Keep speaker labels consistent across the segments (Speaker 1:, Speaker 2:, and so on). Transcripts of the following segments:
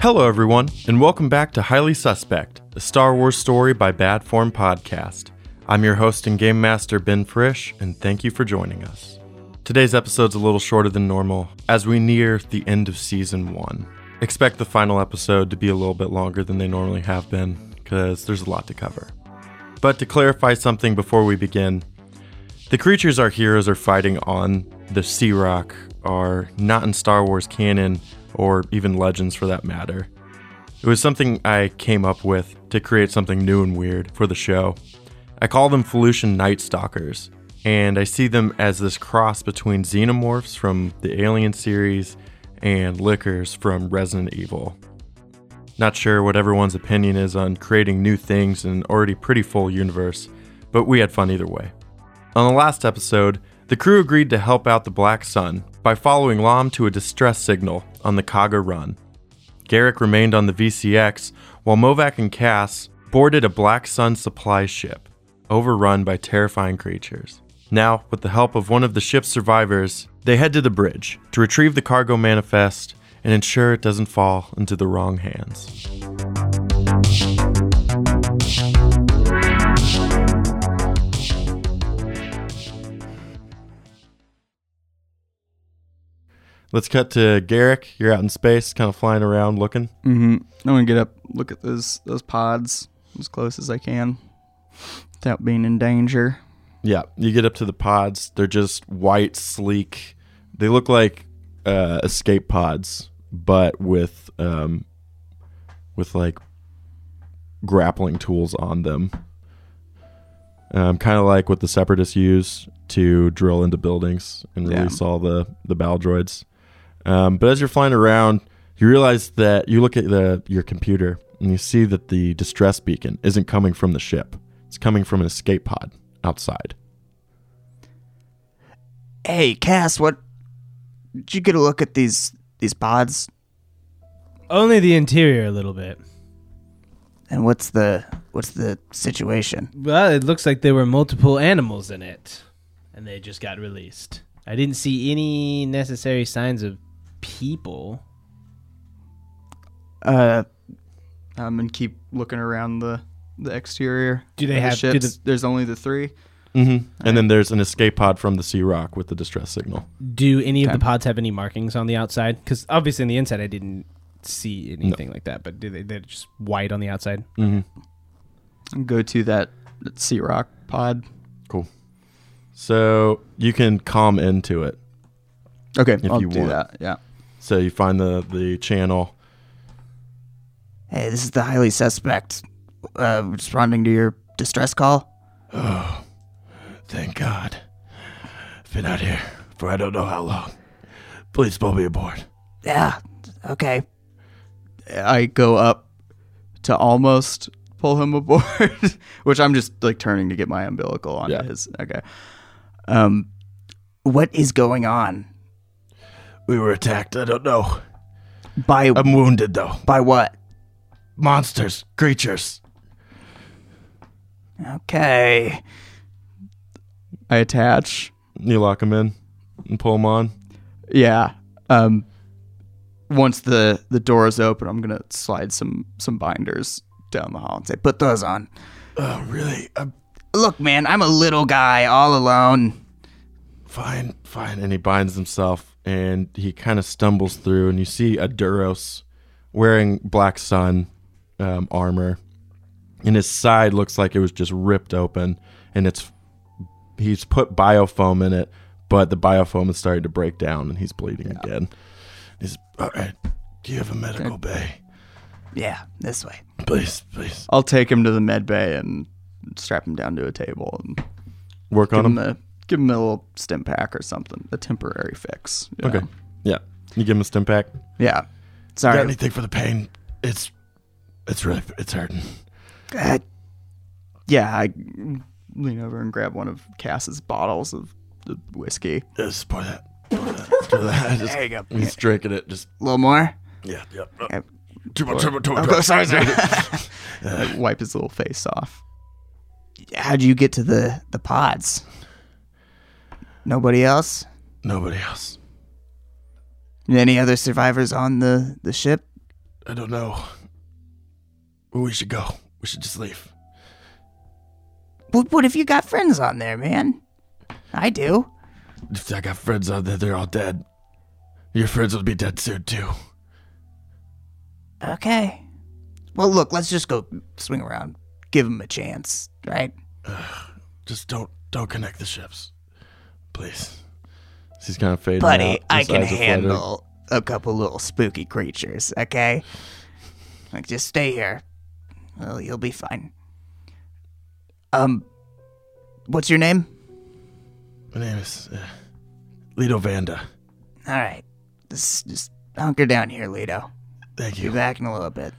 Speaker 1: Hello, everyone, and welcome back to Highly Suspect, a Star Wars story by Bad Form podcast. I'm your host and game master, Ben Frisch, and thank you for joining us. Today's episode's a little shorter than normal as we near the end of season one. Expect the final episode to be a little bit longer than they normally have been, because there's a lot to cover. But to clarify something before we begin, the creatures our heroes are fighting on the Sea Rock are not in Star Wars canon or even legends for that matter. It was something I came up with to create something new and weird for the show. I call them Felucian Night Stalkers, and I see them as this cross between xenomorphs from the Alien series and lickers from Resident Evil. Not sure what everyone's opinion is on creating new things in an already pretty full universe, but we had fun either way. On the last episode, the crew agreed to help out the Black Sun by following Lom to a distress signal on the Kaga Run. Garrick remained on the VCX while Movac and Cass boarded a Black Sun supply ship, overrun by terrifying creatures. Now, with the help of one of the ship's survivors, they head to the bridge to retrieve the cargo manifest and ensure it doesn't fall into the wrong hands. Let's cut to Garrick. You're out in space, kind of flying around looking.
Speaker 2: Mm-hmm. I'm gonna get up, look at those those pods as close as I can, without being in danger.
Speaker 1: Yeah, you get up to the pods. They're just white, sleek. They look like uh, escape pods, but with um, with like grappling tools on them. Um, kind of like what the separatists use to drill into buildings and
Speaker 2: Yeah.
Speaker 1: release all the the battle droids. Um, but as you're flying around, you realize that you look at the your computer and you see that the distress beacon isn't coming from the ship. It's coming from an escape pod outside.
Speaker 2: Hey, Cass, what? Did you get a look at these these pods?
Speaker 3: Only the interior a little bit.
Speaker 2: And what's the what's the situation?
Speaker 3: Well, it looks like there were multiple animals in it, and they just got released. I didn't see any necessary signs of people.
Speaker 2: Uh, um, and keep looking around the the exterior.
Speaker 3: Do they
Speaker 2: of the
Speaker 3: have- do
Speaker 2: ships.
Speaker 3: the-
Speaker 2: There's only the three.
Speaker 1: Mm-hmm. And then there's an escape pod from the Sea Rock with the distress signal.
Speaker 3: Do any
Speaker 2: Okay.
Speaker 3: of the pods have any markings on the outside? Because obviously, on the inside, I didn't see anything like that. But do they, they're just white on the outside.
Speaker 1: Mm-hmm.
Speaker 2: Go to that, that Sea Rock pod.
Speaker 1: Cool. So you can calm into it.
Speaker 2: Okay, I'll
Speaker 1: you
Speaker 2: do
Speaker 1: want.
Speaker 2: that. Yeah.
Speaker 1: So you find the the channel.
Speaker 4: Hey, this is the highly suspect uh, responding to your distress call.
Speaker 1: Thank God. Been out here for I don't know how long. Please pull me aboard.
Speaker 4: Yeah, okay.
Speaker 2: I go up to almost pull him aboard, which I'm just like turning to get my umbilical onto
Speaker 1: Yeah.
Speaker 2: his. Okay. Um,
Speaker 4: What is going on?
Speaker 1: We were attacked. I don't know.
Speaker 4: By
Speaker 1: I'm wounded though.
Speaker 4: by what?
Speaker 1: Monsters, creatures.
Speaker 4: Okay.
Speaker 2: I attach.
Speaker 1: You lock them in and pull them on.
Speaker 2: Yeah. Um, once the the door is open, I'm gonna slide some some binders down the hall and say,
Speaker 4: They put those on.
Speaker 1: Oh, really? I'm
Speaker 4: Look, man, I'm a little guy all alone.
Speaker 1: fine, fine. And he binds himself and he kind of stumbles through, and you see a Duros wearing Black Sun um, armor, and his side looks like it was just ripped open, and it's he's put biofoam in it, but the biofoam is starting to break down, and he's bleeding again. He's all right. Do you have a medical bay?
Speaker 4: Yeah, this way.
Speaker 1: Please, please
Speaker 2: "I'll take him to the med bay and strap him down to a table and
Speaker 1: work
Speaker 2: give
Speaker 1: on
Speaker 2: him
Speaker 1: him.
Speaker 2: a give him a little stim pack or something, a temporary fix." you
Speaker 1: Okay,
Speaker 2: know?
Speaker 1: yeah. You give him a stim pack.
Speaker 2: Yeah.
Speaker 4: Sorry.
Speaker 1: anything for the pain? It's it's really it's hurting.
Speaker 4: Uh,
Speaker 2: yeah, I lean over and grab one of Cass's bottles of the whiskey.
Speaker 1: Just pour that. Pour that. Pour that. Just,
Speaker 4: there you go.
Speaker 1: He's drinking it. Just
Speaker 4: A little more.
Speaker 1: yeah, Uh, yeah.
Speaker 4: Okay.
Speaker 1: Too much, too much, too much.
Speaker 4: Oh, sorry, sorry.
Speaker 2: I wipe his little face off.
Speaker 4: How'd you get to the the pods? Nobody else?
Speaker 1: Nobody else.
Speaker 4: Any other survivors on the the ship?
Speaker 1: I don't know. We should go. We should just leave.
Speaker 4: What, what if you got friends on there, man? I do.
Speaker 1: If I got friends out there, they're all dead. Your friends would be dead soon too.
Speaker 4: Okay. Well, look, let's just go swing around. Give him a chance, right?
Speaker 1: Just don't don't connect the ships, please. He's kind of fading
Speaker 4: Buddy,
Speaker 1: out.
Speaker 4: I
Speaker 1: His
Speaker 4: can
Speaker 1: eyes are fluttering.
Speaker 4: handle a couple little spooky creatures, okay? Like, just stay here. Well, you'll be fine. Um, what's your name?
Speaker 1: My name is uh, Lido Vanda.
Speaker 4: All right. Just, just hunker down here, Lido.
Speaker 1: Thank
Speaker 4: Be
Speaker 1: you.
Speaker 4: back in a little bit.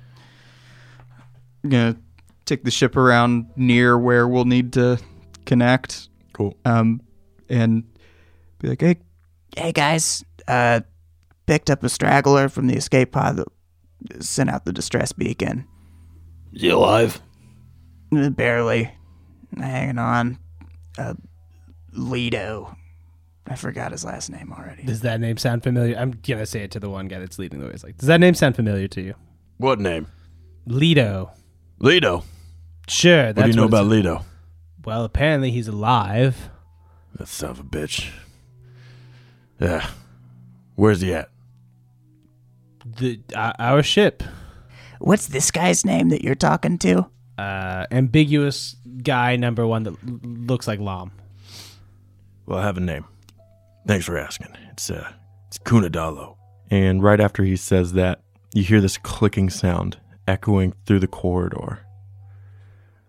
Speaker 2: I'm gonna take the ship around near where we'll need to connect,
Speaker 1: Cool.
Speaker 2: um, and be like, hey,
Speaker 4: Hey, guys. Uh, picked up a straggler from the escape pod that sent out the distress beacon.
Speaker 5: You alive?
Speaker 4: Uh, Barely. Hanging on. Uh, Lido. I forgot his last name already.
Speaker 3: Does that name sound familiar? I'm gonna say it to the one guy that's leading the way. It's like, does that name sound familiar to you?
Speaker 1: What name?
Speaker 3: Leto.
Speaker 1: Lido.
Speaker 3: Sure. That's
Speaker 1: What do you know
Speaker 3: it's-
Speaker 1: about Lido?
Speaker 3: Well, apparently he's alive.
Speaker 1: That son of a bitch. Yeah. Where's he at?
Speaker 3: The uh, our ship,
Speaker 4: What's this guy's name that you're talking to?
Speaker 3: uh, ambiguous guy number one that l- looks like Lom.
Speaker 1: Well, I have a name. Thanks for asking. It's uh, it's Kunadalo. And right after he says that, you hear this clicking sound echoing through the corridor.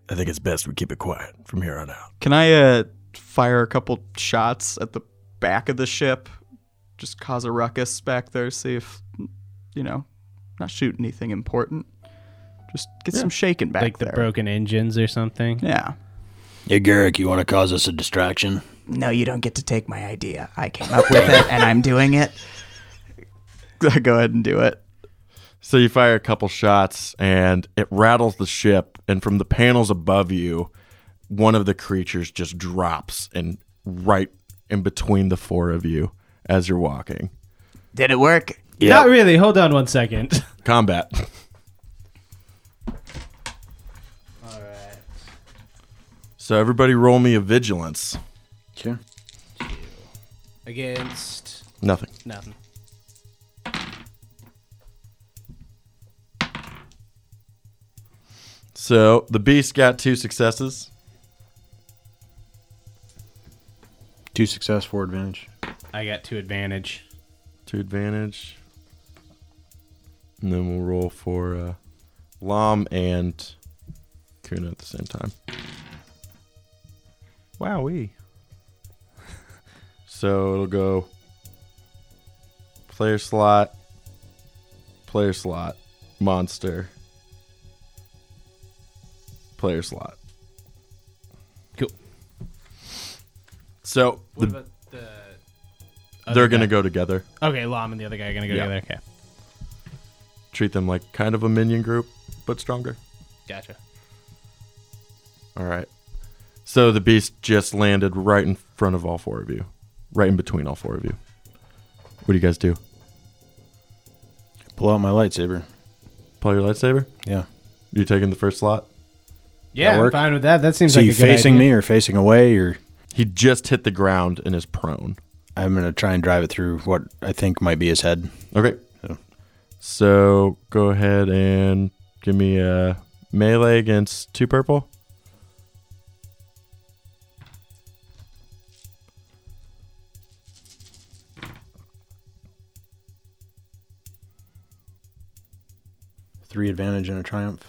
Speaker 1: I think it's best we keep it quiet from here on out.
Speaker 2: can I uh, fire a couple shots at the back of the ship? Just cause a ruckus back there, see if you know, not shoot anything important. Just get some shaking back
Speaker 3: like the
Speaker 2: there.
Speaker 3: broken engines or something.
Speaker 2: yeah.
Speaker 5: Hey, Garrick, you want to cause us a distraction?
Speaker 4: No, you don't get to take my idea. I came up with it and I'm doing it.
Speaker 2: Go ahead and do it.
Speaker 1: So you fire a couple shots and it rattles the ship, and from the panels above you, one of the creatures just drops and right in between the four of you as you're walking.
Speaker 4: Did it work?
Speaker 3: Not really. Hold on one second.
Speaker 1: Combat.
Speaker 3: All right.
Speaker 1: So everybody roll me a vigilance.
Speaker 5: Sure.
Speaker 3: Against
Speaker 1: Nothing.
Speaker 3: nothing.
Speaker 1: So the beast got two successes.
Speaker 5: Two success, four advantage.
Speaker 3: I got two advantage.
Speaker 1: to advantage. And then we'll roll for uh, Lom and Kuna at the same time. Wowee. so it'll go player slot, player slot, monster, player slot.
Speaker 3: Cool.
Speaker 1: So
Speaker 3: What
Speaker 1: the,
Speaker 3: about the?
Speaker 1: they're going to go together.
Speaker 3: Okay, Lom and the other guy are gonna go
Speaker 1: Yeah.
Speaker 3: together. Okay.
Speaker 1: Treat them like kind of a minion group, but stronger.
Speaker 3: Gotcha.
Speaker 1: All right. So the beast just landed right in front of all four of you, right in between all four of you. What do you guys do?
Speaker 5: Pull out my lightsaber.
Speaker 1: Pull your lightsaber?
Speaker 5: Yeah.
Speaker 1: You taking the first slot?
Speaker 3: Yeah, I'm
Speaker 5: work?
Speaker 3: fine with that. That seems
Speaker 5: So
Speaker 3: like
Speaker 5: you
Speaker 3: a good
Speaker 5: facing
Speaker 3: idea.
Speaker 5: me or facing away, or
Speaker 1: He just hit the ground and is prone.
Speaker 5: I'm gonna try and drive it through what I think might be his head.
Speaker 1: Okay.
Speaker 5: Yeah.
Speaker 1: So go ahead and give me a melee against two purple.
Speaker 5: Three advantage and a triumph.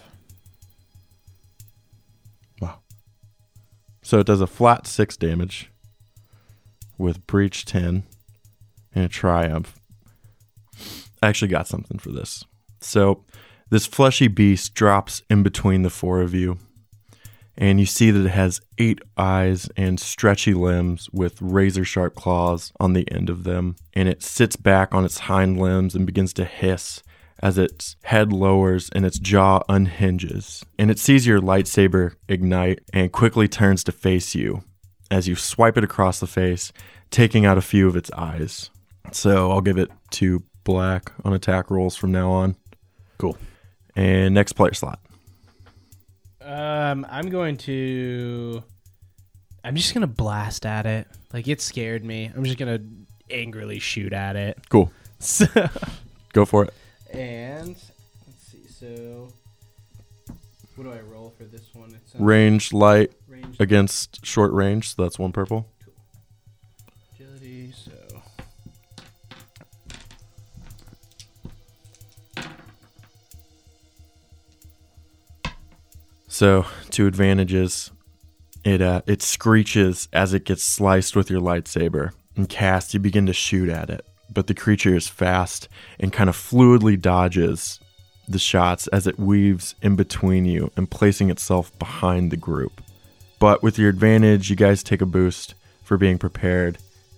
Speaker 1: So it does a flat six damage with breach 10 and a triumph. I actually got something for this. So this fleshy beast drops in between the four of you, and you see that it has eight eyes and stretchy limbs with razor sharp claws on the end of them. And it sits back on its hind limbs and begins to hiss as its head lowers and its jaw unhinges. And it sees your lightsaber ignite and quickly turns to face you as you swipe it across the face, taking out a few of its eyes. So I'll give it to black on attack rolls from now on.
Speaker 5: Cool.
Speaker 1: And next player slot.
Speaker 3: Um, I'm going to. I'm just gonna blast at it. Like it scared me. I'm just gonna angrily shoot at it.
Speaker 1: Cool.
Speaker 3: So,
Speaker 1: Go for it.
Speaker 3: and let's see. So, what do I roll for this one? It's uh, a
Speaker 1: Range light
Speaker 3: range
Speaker 1: against short range, so that's one purple.
Speaker 3: agility. So,
Speaker 1: So two advantages. It uh, it screeches as it gets sliced with your lightsaber and cast. You begin to shoot at it, but the creature is fast and kind of fluidly dodges the shots as it weaves in between you and placing itself behind the group. But with your advantage, you guys take a boost for being prepared,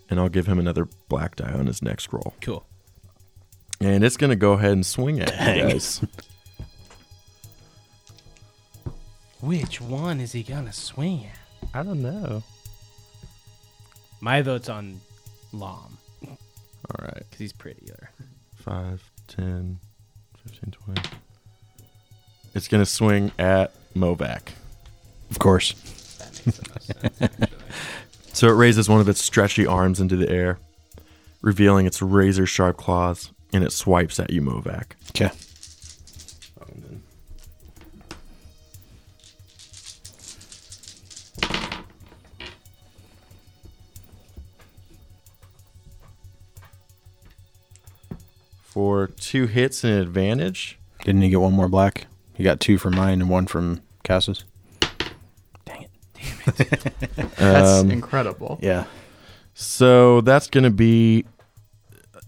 Speaker 1: and I'll give him another black die on his next roll.
Speaker 3: cool.
Speaker 1: And it's gonna go ahead and swing at you guys.
Speaker 3: Which one is he gonna swing at?
Speaker 1: I don't know.
Speaker 3: My vote's on Lom
Speaker 1: All right.
Speaker 3: because he's prettier.
Speaker 1: 5, 10, 15, 20. It's going to swing at Movac.
Speaker 5: Of course.
Speaker 1: So it raises one of its stretchy arms into the air, revealing its razor sharp claws, and it swipes at you, Movac.
Speaker 5: Okay.
Speaker 1: For two hits and an advantage.
Speaker 5: Didn't he get one more black? He got two from mine and one from Cass's.
Speaker 2: That's incredible.
Speaker 5: Yeah.
Speaker 1: So that's going to be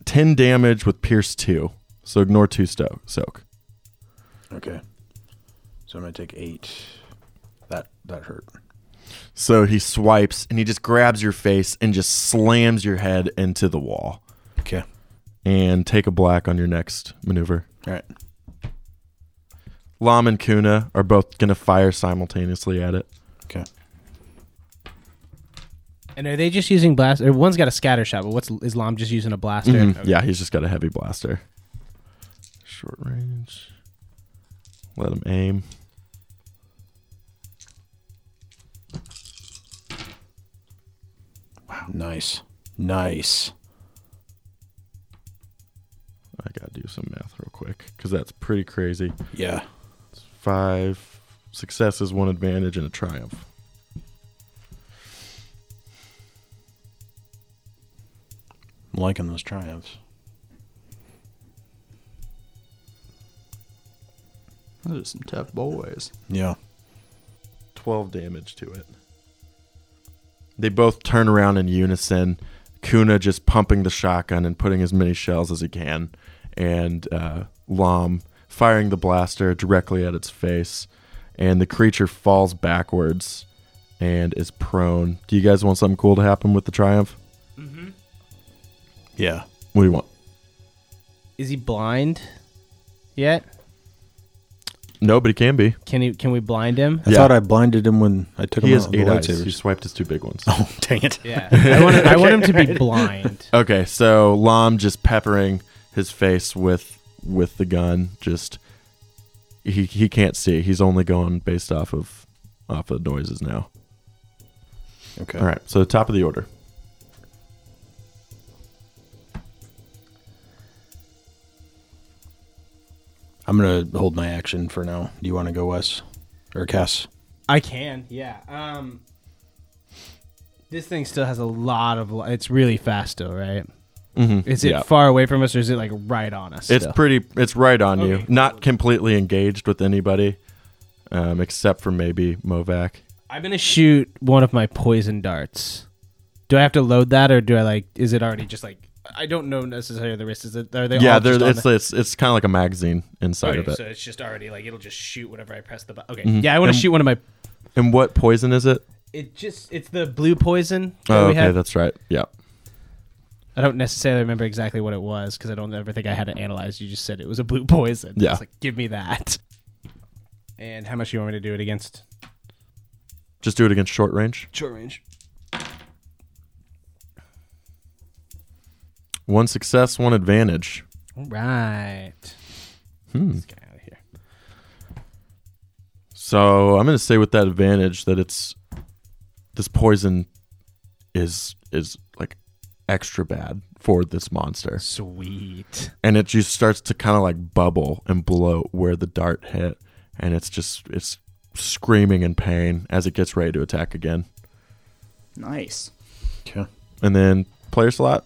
Speaker 1: 10 damage with Pierce 2. So ignore 2 sto- soak.
Speaker 5: Okay. So I'm gonna take eight. That that hurt.
Speaker 1: So he swipes and he just grabs your face and just slams your head into the wall.
Speaker 5: Okay.
Speaker 1: and take a black on your next maneuver.
Speaker 5: All right.
Speaker 1: Lam and Kuna are both going to fire simultaneously at it.
Speaker 5: Okay.
Speaker 3: And are they just using blast? Or one's got a scatter shot, but what's is Lom just using a blaster? Okay.
Speaker 1: Mhm. Mm-hmm. Yeah, he's just got a heavy blaster. Short range. Let him aim.
Speaker 5: Nice. Nice.
Speaker 1: I got to do some math real quick because that's pretty crazy.
Speaker 5: Yeah.
Speaker 1: Five successes, one advantage, and a triumph.
Speaker 5: I'm liking those triumphs.
Speaker 2: Those are some tough boys.
Speaker 5: Yeah.
Speaker 1: 12 damage to it. They both turn around in unison. Kuna just pumping the shotgun and putting as many shells as he can, and uh, Lom firing the blaster directly at its face. And the creature falls backwards and is prone. Do you guys want something cool to happen with the triumph?
Speaker 5: Yeah.
Speaker 1: What do you want?
Speaker 3: Is he blind yet?
Speaker 1: No, but he can be.
Speaker 3: Can he? Can we blind him?
Speaker 5: I
Speaker 1: Yeah.
Speaker 5: thought I blinded him when I took
Speaker 1: He
Speaker 5: him
Speaker 1: has
Speaker 5: out with
Speaker 1: eight eyes.
Speaker 5: the lightsabers.
Speaker 1: He swiped his two big ones.
Speaker 5: Oh, dang it.
Speaker 3: Yeah, I want, him, I want him to be blind.
Speaker 1: Okay, so Lam just peppering his face with with the gun. Just he he can't see. He's only going based off of off of noises now.
Speaker 5: Okay.
Speaker 1: All right, so top of the order.
Speaker 5: I'm gonna hold my action for now. Do you want to go, Wes or Cass?
Speaker 3: I can, yeah. Um, this thing still has a lot of. Li- it's really fast, still, right?
Speaker 1: Mhm,
Speaker 3: Is it
Speaker 1: yeah.
Speaker 3: far away from us, or is it like right on us?
Speaker 1: It's
Speaker 3: still?
Speaker 1: pretty. It's right on you.
Speaker 3: Okay,
Speaker 1: Not completely engaged with anybody, um, except for maybe Movac.
Speaker 3: I'm gonna shoot one of my poison darts. Do I have to load that, or do I like? Is it already just like? I don't know necessarily the risk. Is it? Are they?
Speaker 1: yeah,
Speaker 3: all
Speaker 1: there,
Speaker 3: just on
Speaker 1: it's,
Speaker 3: the-
Speaker 1: it's it's kind of like a magazine inside
Speaker 3: okay,
Speaker 1: of it. Mm-hmm.
Speaker 3: so it's just already like it'll just shoot whenever I press the button. Okay, yeah, I want to shoot one of my.
Speaker 1: and what poison is it?
Speaker 3: It just it's the blue poison. That
Speaker 1: Oh,
Speaker 3: we
Speaker 1: okay,
Speaker 3: had.
Speaker 1: that's right. Yeah.
Speaker 3: I don't necessarily remember exactly what it was because I don't ever think I had it analyzed. You just said it was a blue poison.
Speaker 1: Yeah.
Speaker 3: It's like, give me that. And how much do you want me to do it against?
Speaker 1: Just do it against short range.
Speaker 3: Short range.
Speaker 1: One success, one advantage. Hmm.
Speaker 3: All right. Let's get out of here.
Speaker 1: So I'm going to say with that advantage that it's this poison is is like extra bad for this monster,
Speaker 3: Sweet.
Speaker 1: and it just starts to kind of like bubble and bloat where the dart hit, and it's just it's screaming in pain as it gets ready to attack again,
Speaker 4: Nice.
Speaker 5: Okay.
Speaker 1: and then player slot.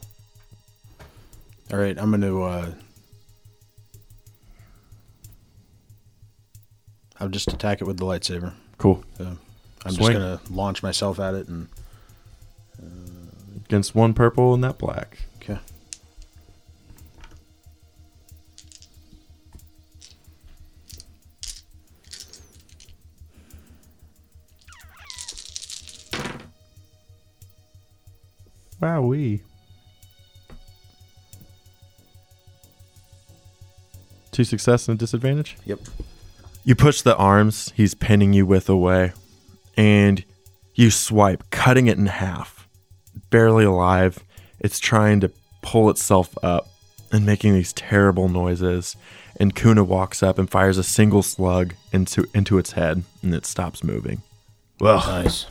Speaker 5: All right, I'm going to. Uh, I'll just attack it with the lightsaber.
Speaker 1: Cool.
Speaker 5: So I'm
Speaker 1: Swing.
Speaker 5: just going to launch myself at it and.
Speaker 1: Against one purple and that black.
Speaker 5: Okay.
Speaker 1: Wowee. Two success and a disadvantage?
Speaker 5: Yep.
Speaker 1: You push the arms he's pinning you with away, and you swipe, cutting it in half. Barely alive, it's trying to pull itself up and making these terrible noises. And Kuna walks up and fires a single slug into into its head, and it stops moving. Well,
Speaker 5: Nice.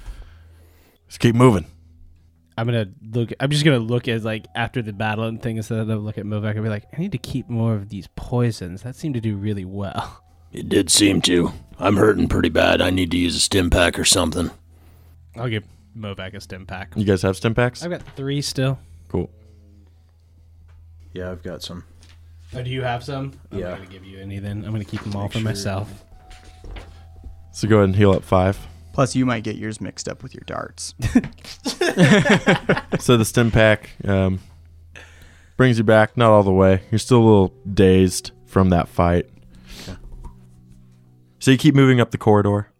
Speaker 1: just keep moving.
Speaker 3: I'm gonna look. I'm just gonna look at like after the battle and things instead of look at Movek and be like, I need to keep more of these poisons. That seemed to do really well.
Speaker 6: It did seem to. I'm hurting pretty bad. I need to use a stim pack or something.
Speaker 3: I'll give Movac a stim pack.
Speaker 1: You guys have stim packs?
Speaker 3: I've got three still.
Speaker 1: Cool.
Speaker 5: Yeah, I've got some.
Speaker 3: Oh, do you have some? I'm
Speaker 5: Yeah.
Speaker 3: not gonna give you any then. I'm gonna keep them all for
Speaker 5: sure.
Speaker 3: myself.
Speaker 1: So go ahead and heal up five.
Speaker 2: Plus, you might get yours mixed up with your darts.
Speaker 1: so the stim pack um, brings you back, not all the way. You're still a little dazed from that fight. So you keep moving up the corridor,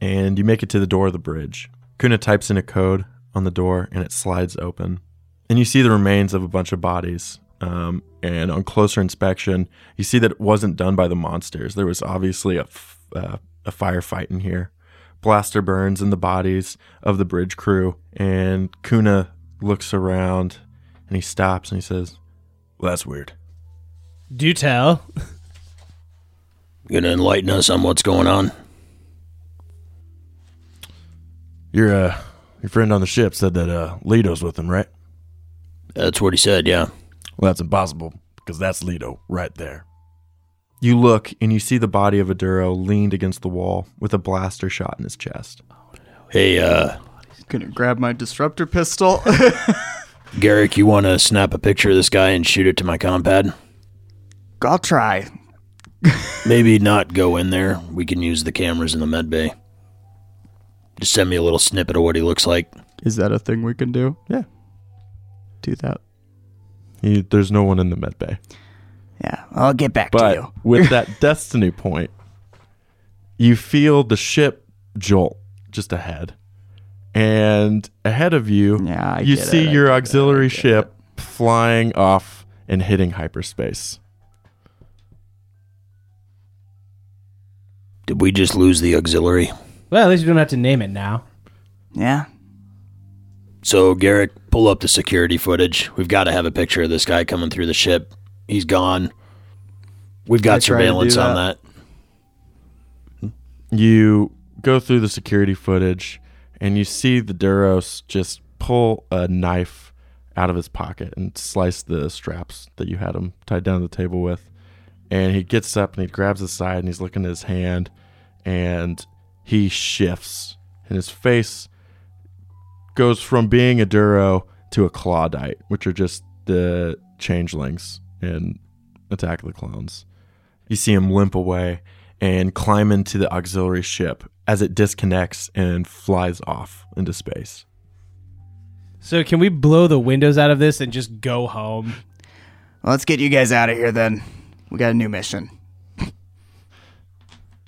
Speaker 1: and you make it to the door of the bridge. Kuna types in a code on the door, and it slides open. And you see the remains of a bunch of bodies. Um, and on closer inspection, you see that it wasn't done by the monsters. There was obviously a, f- uh, a firefight in here. Blaster burns in the bodies of the bridge crew, and Kuna looks around and he stops and he says, well, That's weird.
Speaker 3: Do tell.
Speaker 6: You gonna enlighten us on what's going on?
Speaker 1: Your uh, your friend on the ship said that uh, Leto's with him, right?
Speaker 6: That's what he said, yeah.
Speaker 1: Well, that's impossible because that's Leto right there. You look and you see the body of Aduro leaned against the wall with a blaster shot in his chest.
Speaker 6: Hey, uh,
Speaker 2: Gonna grab my disruptor pistol.
Speaker 6: Garrick, you wanna snap a picture of this guy and shoot it to my compad?
Speaker 4: I'll try.
Speaker 6: Maybe not go in there. We can use the cameras in the med bay. Just send me a little snippet of what he looks like.
Speaker 2: Is that a thing we can do?
Speaker 1: Yeah.
Speaker 2: Do that.
Speaker 1: He, there's no one in the med bay.
Speaker 4: Yeah, I'll get back to you.
Speaker 1: But with that destiny point, you feel the ship jolt just ahead. And ahead of you,
Speaker 2: Yeah, I
Speaker 1: you
Speaker 2: get
Speaker 1: see
Speaker 2: it, I
Speaker 1: your
Speaker 2: get it, I
Speaker 1: auxiliary
Speaker 2: get
Speaker 1: ship flying off and hitting hyperspace.
Speaker 6: Did we just lose the auxiliary?
Speaker 3: Well, at least we don't have to name it now.
Speaker 4: Yeah.
Speaker 6: So, Garrick, pull up the security footage. We've got to have a picture of this guy coming through the ship. He's gone. We've
Speaker 2: I
Speaker 6: got
Speaker 2: tried to do
Speaker 6: surveillance on
Speaker 2: that.
Speaker 6: that.
Speaker 1: You go through the security footage and you see the Duros just pull a knife out of his pocket and slice the straps that you had him tied down to the table with. And he gets up and he grabs his side and he's looking at his hand and he shifts and his face goes from being a Duro to a Clawdite, which are just the changelings in Attack of the Clones. You see him limp away and climb into the auxiliary ship as it disconnects and flies off into space.
Speaker 3: So can we blow the windows out of this and just go home?
Speaker 4: Well, let's get you guys out of here then. We got a new mission.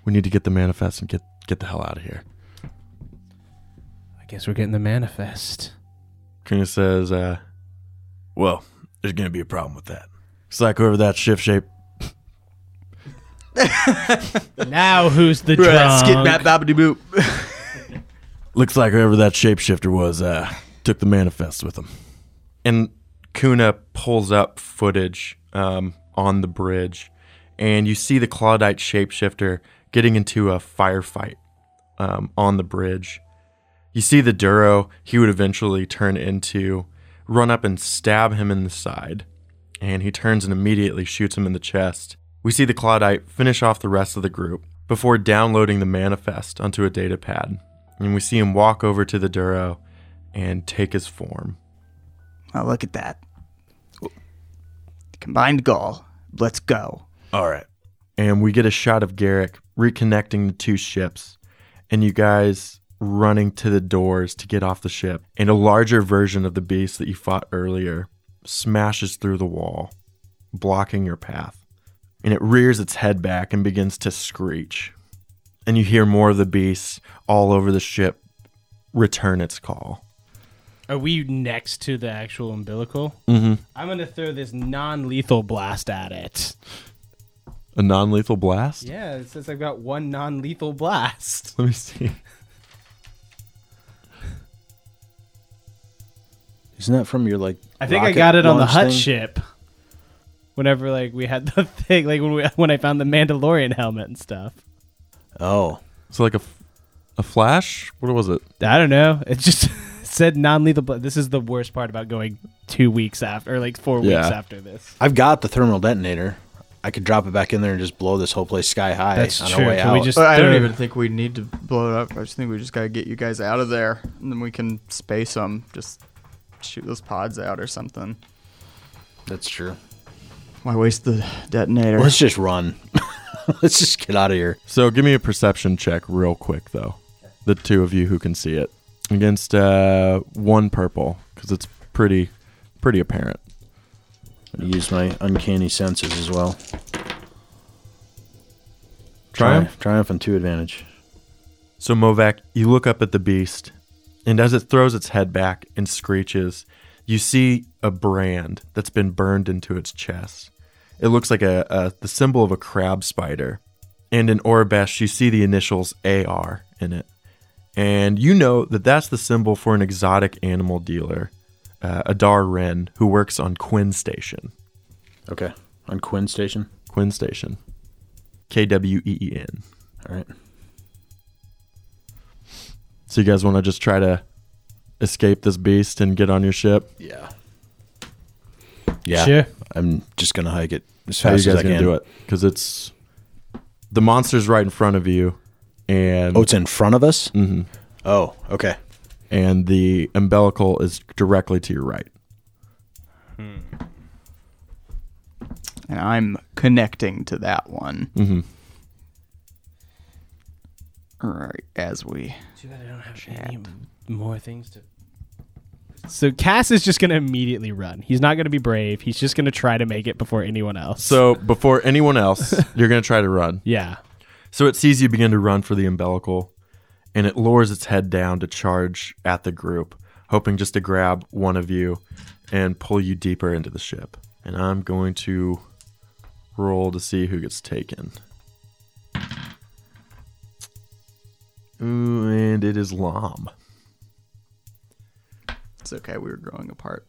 Speaker 1: We need to get the manifest and get, get the hell out of here.
Speaker 3: I guess we're getting the manifest.
Speaker 1: Kuna says, uh, Well, there's going to be a problem with that. It's like whoever that shift shape.
Speaker 3: now who's the drunk?
Speaker 2: babbity boop.
Speaker 1: Looks like whoever that shapeshifter was uh, took the manifest with him. And Kuna pulls up footage um, on the bridge, and you see the Claudite shapeshifter getting into a firefight um, on the bridge. You see the Duro, he would eventually turn into, run up and stab him in the side, and he turns and immediately shoots him in the chest. We see the Claudite finish off the rest of the group before downloading the manifest onto a data pad, and we see him walk over to the Duro and take his form.
Speaker 4: Oh, look at that. Combined goal. Let's go.
Speaker 5: All right.
Speaker 1: and we get a shot of Garrick reconnecting the two ships, and you guys running to the doors to get off the ship. And a larger version of the beast that you fought earlier smashes through the wall, blocking your path. And it rears its head back and begins to screech. And you hear more of the beasts all over the ship return its call.
Speaker 3: Are we next to the actual umbilical? Mm-hmm. I'm gonna throw this non-lethal blast at it.
Speaker 1: A non lethal blast?
Speaker 3: Yeah, it says I've got one non-lethal blast.
Speaker 1: Let me see.
Speaker 5: Isn't that from your like?
Speaker 3: I think I
Speaker 5: rocket
Speaker 3: got it on the
Speaker 5: launch
Speaker 3: hut
Speaker 5: thing?
Speaker 3: ship. Whenever like we had the thing, like when we when I found the Mandalorian helmet and stuff.
Speaker 5: Oh,
Speaker 1: So, like a, f- a flash? What was it?
Speaker 3: I don't know. It just said non-lethal. But this is the worst part about going two weeks after, or like four weeks
Speaker 1: Yeah.
Speaker 3: after this.
Speaker 5: I've got the thermal detonator. I could drop it back in there and just blow this whole place sky high
Speaker 3: That's
Speaker 5: on
Speaker 3: true.
Speaker 5: our way
Speaker 3: Can
Speaker 5: out.
Speaker 3: we just?
Speaker 2: I don't
Speaker 3: throw-
Speaker 2: even think we need to blow it up. I just think we just gotta get you guys out of there, and then we can space them. Just shoot those pods out or something.
Speaker 5: That's true.
Speaker 2: Why waste the detonator?
Speaker 5: Let's just run. Let's just get out of here.
Speaker 1: So give me a perception check real quick, though. The two of you who can see it against uh, one purple because it's pretty, pretty apparent.
Speaker 5: Use my uncanny senses as well.
Speaker 1: Triumph?
Speaker 5: Triumph and two advantage.
Speaker 1: So Movac, you look up at the beast, and as it throws its head back and screeches, you see a brand that's been burned into its chest. It looks like a, a the symbol of a crab spider, and in Orabesh you see the initials AR in it, and you know that that's the symbol for an exotic animal dealer, uh, Adar Wren, who works on Quinn Station.
Speaker 5: Okay. On Quinn Station.
Speaker 1: Quinn Station, K W E E N.
Speaker 5: All right.
Speaker 1: So you guys want to just try to escape this beast and get on your ship?
Speaker 5: Yeah. Yeah.
Speaker 3: Sure.
Speaker 5: I'm just gonna hike it as
Speaker 1: How
Speaker 5: fast
Speaker 1: you
Speaker 5: as
Speaker 1: guys
Speaker 5: I
Speaker 1: gonna
Speaker 5: can.
Speaker 1: do it? Because it's the monster's right in front of you, and
Speaker 5: Oh, it's in front of us. Mm-hmm. Oh, okay.
Speaker 1: and the umbilical is directly to your right.
Speaker 2: and I'm connecting to that one. Mm-hmm. Right as we
Speaker 3: Too bad I don't have any more things to. So Cass is just gonna immediately run. He's not gonna be brave. He's just gonna try to make it before anyone else.
Speaker 1: So before anyone else, you're gonna try to run.
Speaker 3: yeah,
Speaker 1: So it sees you begin to run for the umbilical, and it lowers its head down to charge at the group, hoping just to grab one of you and pull you deeper into the ship. And I'm going to roll to see who gets taken. Ooh, and it is Lom.
Speaker 2: it's okay. We were growing apart.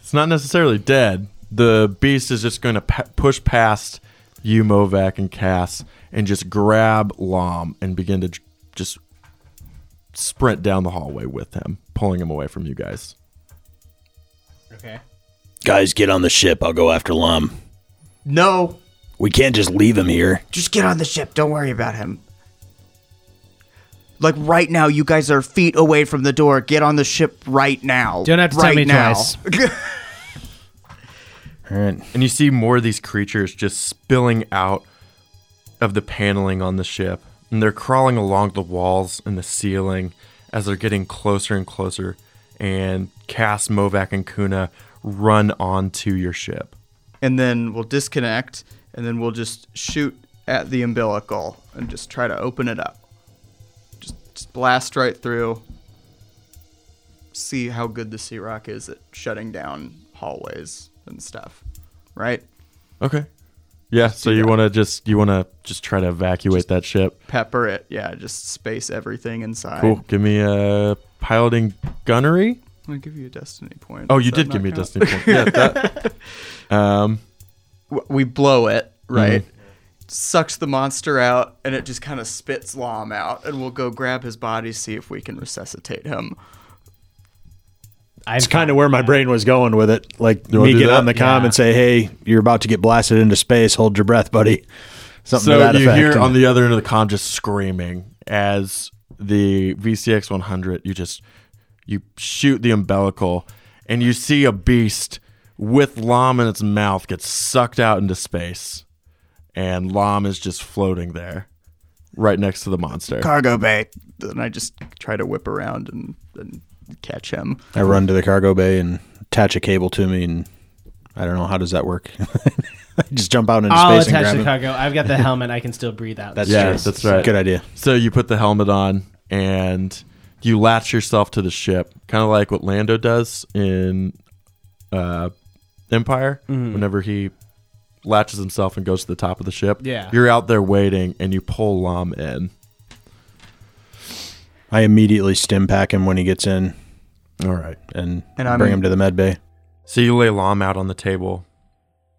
Speaker 1: It's not necessarily dead. The beast is just going to pa- push past you, Movac, and Cass, and just grab Lom and begin to j- just sprint down the hallway with him, pulling him away from you guys.
Speaker 3: Okay.
Speaker 6: Guys, get on the ship. I'll go after Lum.
Speaker 4: No.
Speaker 6: We can't just leave him here.
Speaker 4: Just get on the ship. Don't worry about him. Like right now, you guys are feet away from the door. Get on the ship right now.
Speaker 3: Don't have to tell
Speaker 4: Right
Speaker 3: me
Speaker 4: now.
Speaker 3: twice.
Speaker 5: All right.
Speaker 1: And you see more of these creatures just spilling out of the paneling on the ship. And they're crawling along the walls and the ceiling as they're getting closer and closer. And Cass, Movac, and Kuna run onto your ship.
Speaker 2: and then we'll disconnect and then we'll just shoot at the umbilical and just try to open it up just, just blast right through see how good the sea rock is at shutting down hallways and stuff right
Speaker 1: Okay. Yeah. So you want to just you want to just try to evacuate that ship.
Speaker 2: pepper it yeah just space everything inside
Speaker 1: Cool. Give me a piloting gunnery.
Speaker 2: i'm gonna give you a destiny point
Speaker 1: Oh,
Speaker 2: Does
Speaker 1: you
Speaker 2: that
Speaker 1: did give
Speaker 2: not
Speaker 1: me a
Speaker 2: count?
Speaker 1: destiny point. Yeah. That. Um.
Speaker 2: w- we blow it right. Sucks the monster out, and it just kind of spits Lom out, and we'll go grab his body, see if we can resuscitate him.
Speaker 3: I'm
Speaker 6: It's kind of where my brain was going with it. Like
Speaker 1: wanna
Speaker 6: me
Speaker 1: do
Speaker 6: get
Speaker 1: that?
Speaker 6: on the comm
Speaker 3: Yeah.
Speaker 6: and say, "Hey, you're about to get blasted into space. Hold your breath, buddy." Something to
Speaker 1: So
Speaker 6: that
Speaker 1: you
Speaker 6: effect.
Speaker 1: hear
Speaker 6: And-
Speaker 1: on the other end of the con just screaming as the VCX 100. You just you shoot the umbilical, and you see a beast with Lom in its mouth gets sucked out into space, and Lom is just floating there, right next to the monster.
Speaker 4: Cargo bay.
Speaker 2: Then I just try to whip around and, and catch him.
Speaker 6: I run to the cargo bay and attach a cable to me, and I don't know how does that work. I just jump out into
Speaker 3: I'll
Speaker 6: space and
Speaker 3: attach
Speaker 6: grab
Speaker 3: the
Speaker 6: it.
Speaker 3: cargo. I've got the helmet. I can still breathe out.
Speaker 6: That's
Speaker 1: Yeah,
Speaker 6: true.
Speaker 1: that's right.
Speaker 6: Good idea.
Speaker 1: So you put the helmet on and you latch yourself to the ship, kind of like what Lando does in uh, Empire. Whenever he latches himself and goes to the top of the ship,
Speaker 3: Yeah.
Speaker 1: you're out there waiting and you pull Lom in.
Speaker 6: I immediately stim pack him when he gets in
Speaker 1: All right.
Speaker 6: and,
Speaker 2: And I'm-
Speaker 6: bring him to the med bay.
Speaker 1: So you lay Lom out on the table,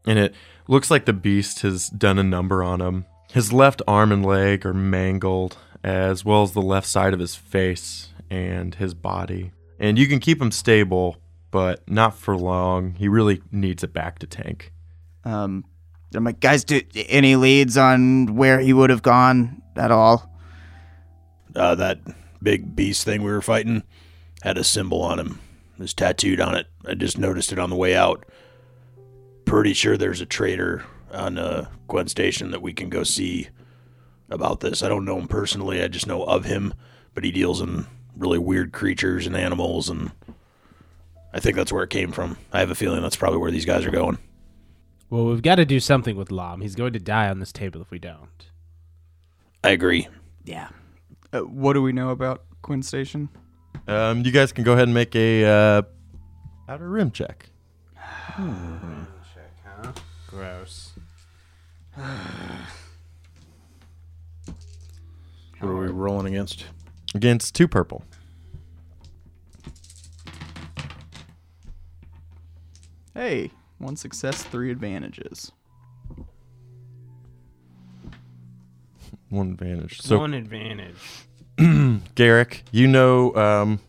Speaker 1: and it looks like the beast has done a number on him. His left arm and leg are mangled, as well as the left side of his face and his body. And you can keep him stable, but not for long. He really needs it back to tank.
Speaker 4: Um, I'm like, guys, do any leads on where he would have gone at all?
Speaker 6: Uh, that big beast thing we were fighting had a symbol on him. It was tattooed on it. I just noticed it on the way out. Pretty sure there's a traitor on uh, Gwen Station that we can go see about this. I don't know him personally. I just know of him, but he deals in really weird creatures and animals, and I think that's where it came from. I have a feeling that's probably where these guys are going.
Speaker 3: Well, we've got to do something with Lom. He's going to die on this table if we don't.
Speaker 6: I agree.
Speaker 2: Uh, what do we know about Quinn Station?
Speaker 1: Um, you guys can go ahead and make a uh, outer rim check.
Speaker 3: Gross.
Speaker 5: What are we rolling against?
Speaker 1: against two purple.
Speaker 2: Hey, one success, three advantages.
Speaker 1: One advantage. So,
Speaker 3: One advantage.
Speaker 1: Garrick, you know, um,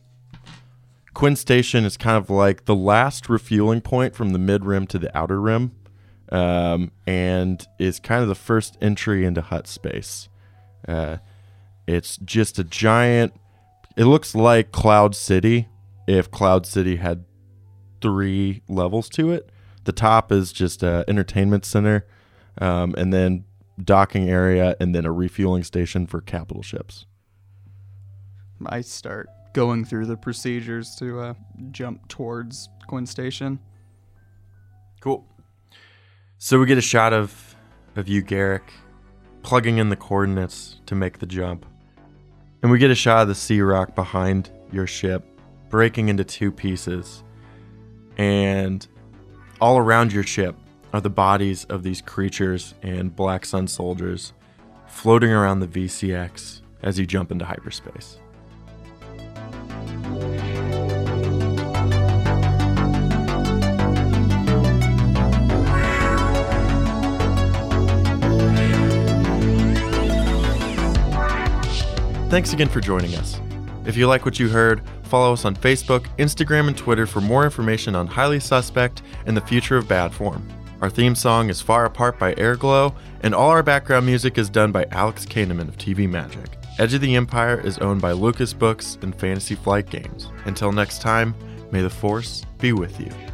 Speaker 1: Quinn Station is kind of like the last refueling point from the mid rim to the outer rim, um, and is kind of the first entry into hut space. Uh, it's just a giant. It looks like Cloud City if Cloud City had three levels to it. The top is just a entertainment center, um, and then docking area, and then a refueling station for capital ships.
Speaker 2: I start going through the procedures to uh, jump towards Quinn Station.
Speaker 1: Cool. So we get a shot of of you, Garrick, plugging in the coordinates to make the jump. And we get a shot of the sea rock behind your ship, breaking into two pieces. And all around your ship are the bodies of these creatures and Black Sun soldiers floating around the VCX as you jump into hyperspace. Thanks again for joining us. If you like what you heard, follow us on Facebook, Instagram, and Twitter for more information on Highly Suspect and the future of bad form. Our theme song is Far Apart by Airglow, and all our background music is done by Alex Kahneman of TV Magic. Edge of the Empire is owned by Lucas Books and Fantasy Flight Games. Until next time, may the Force be with you.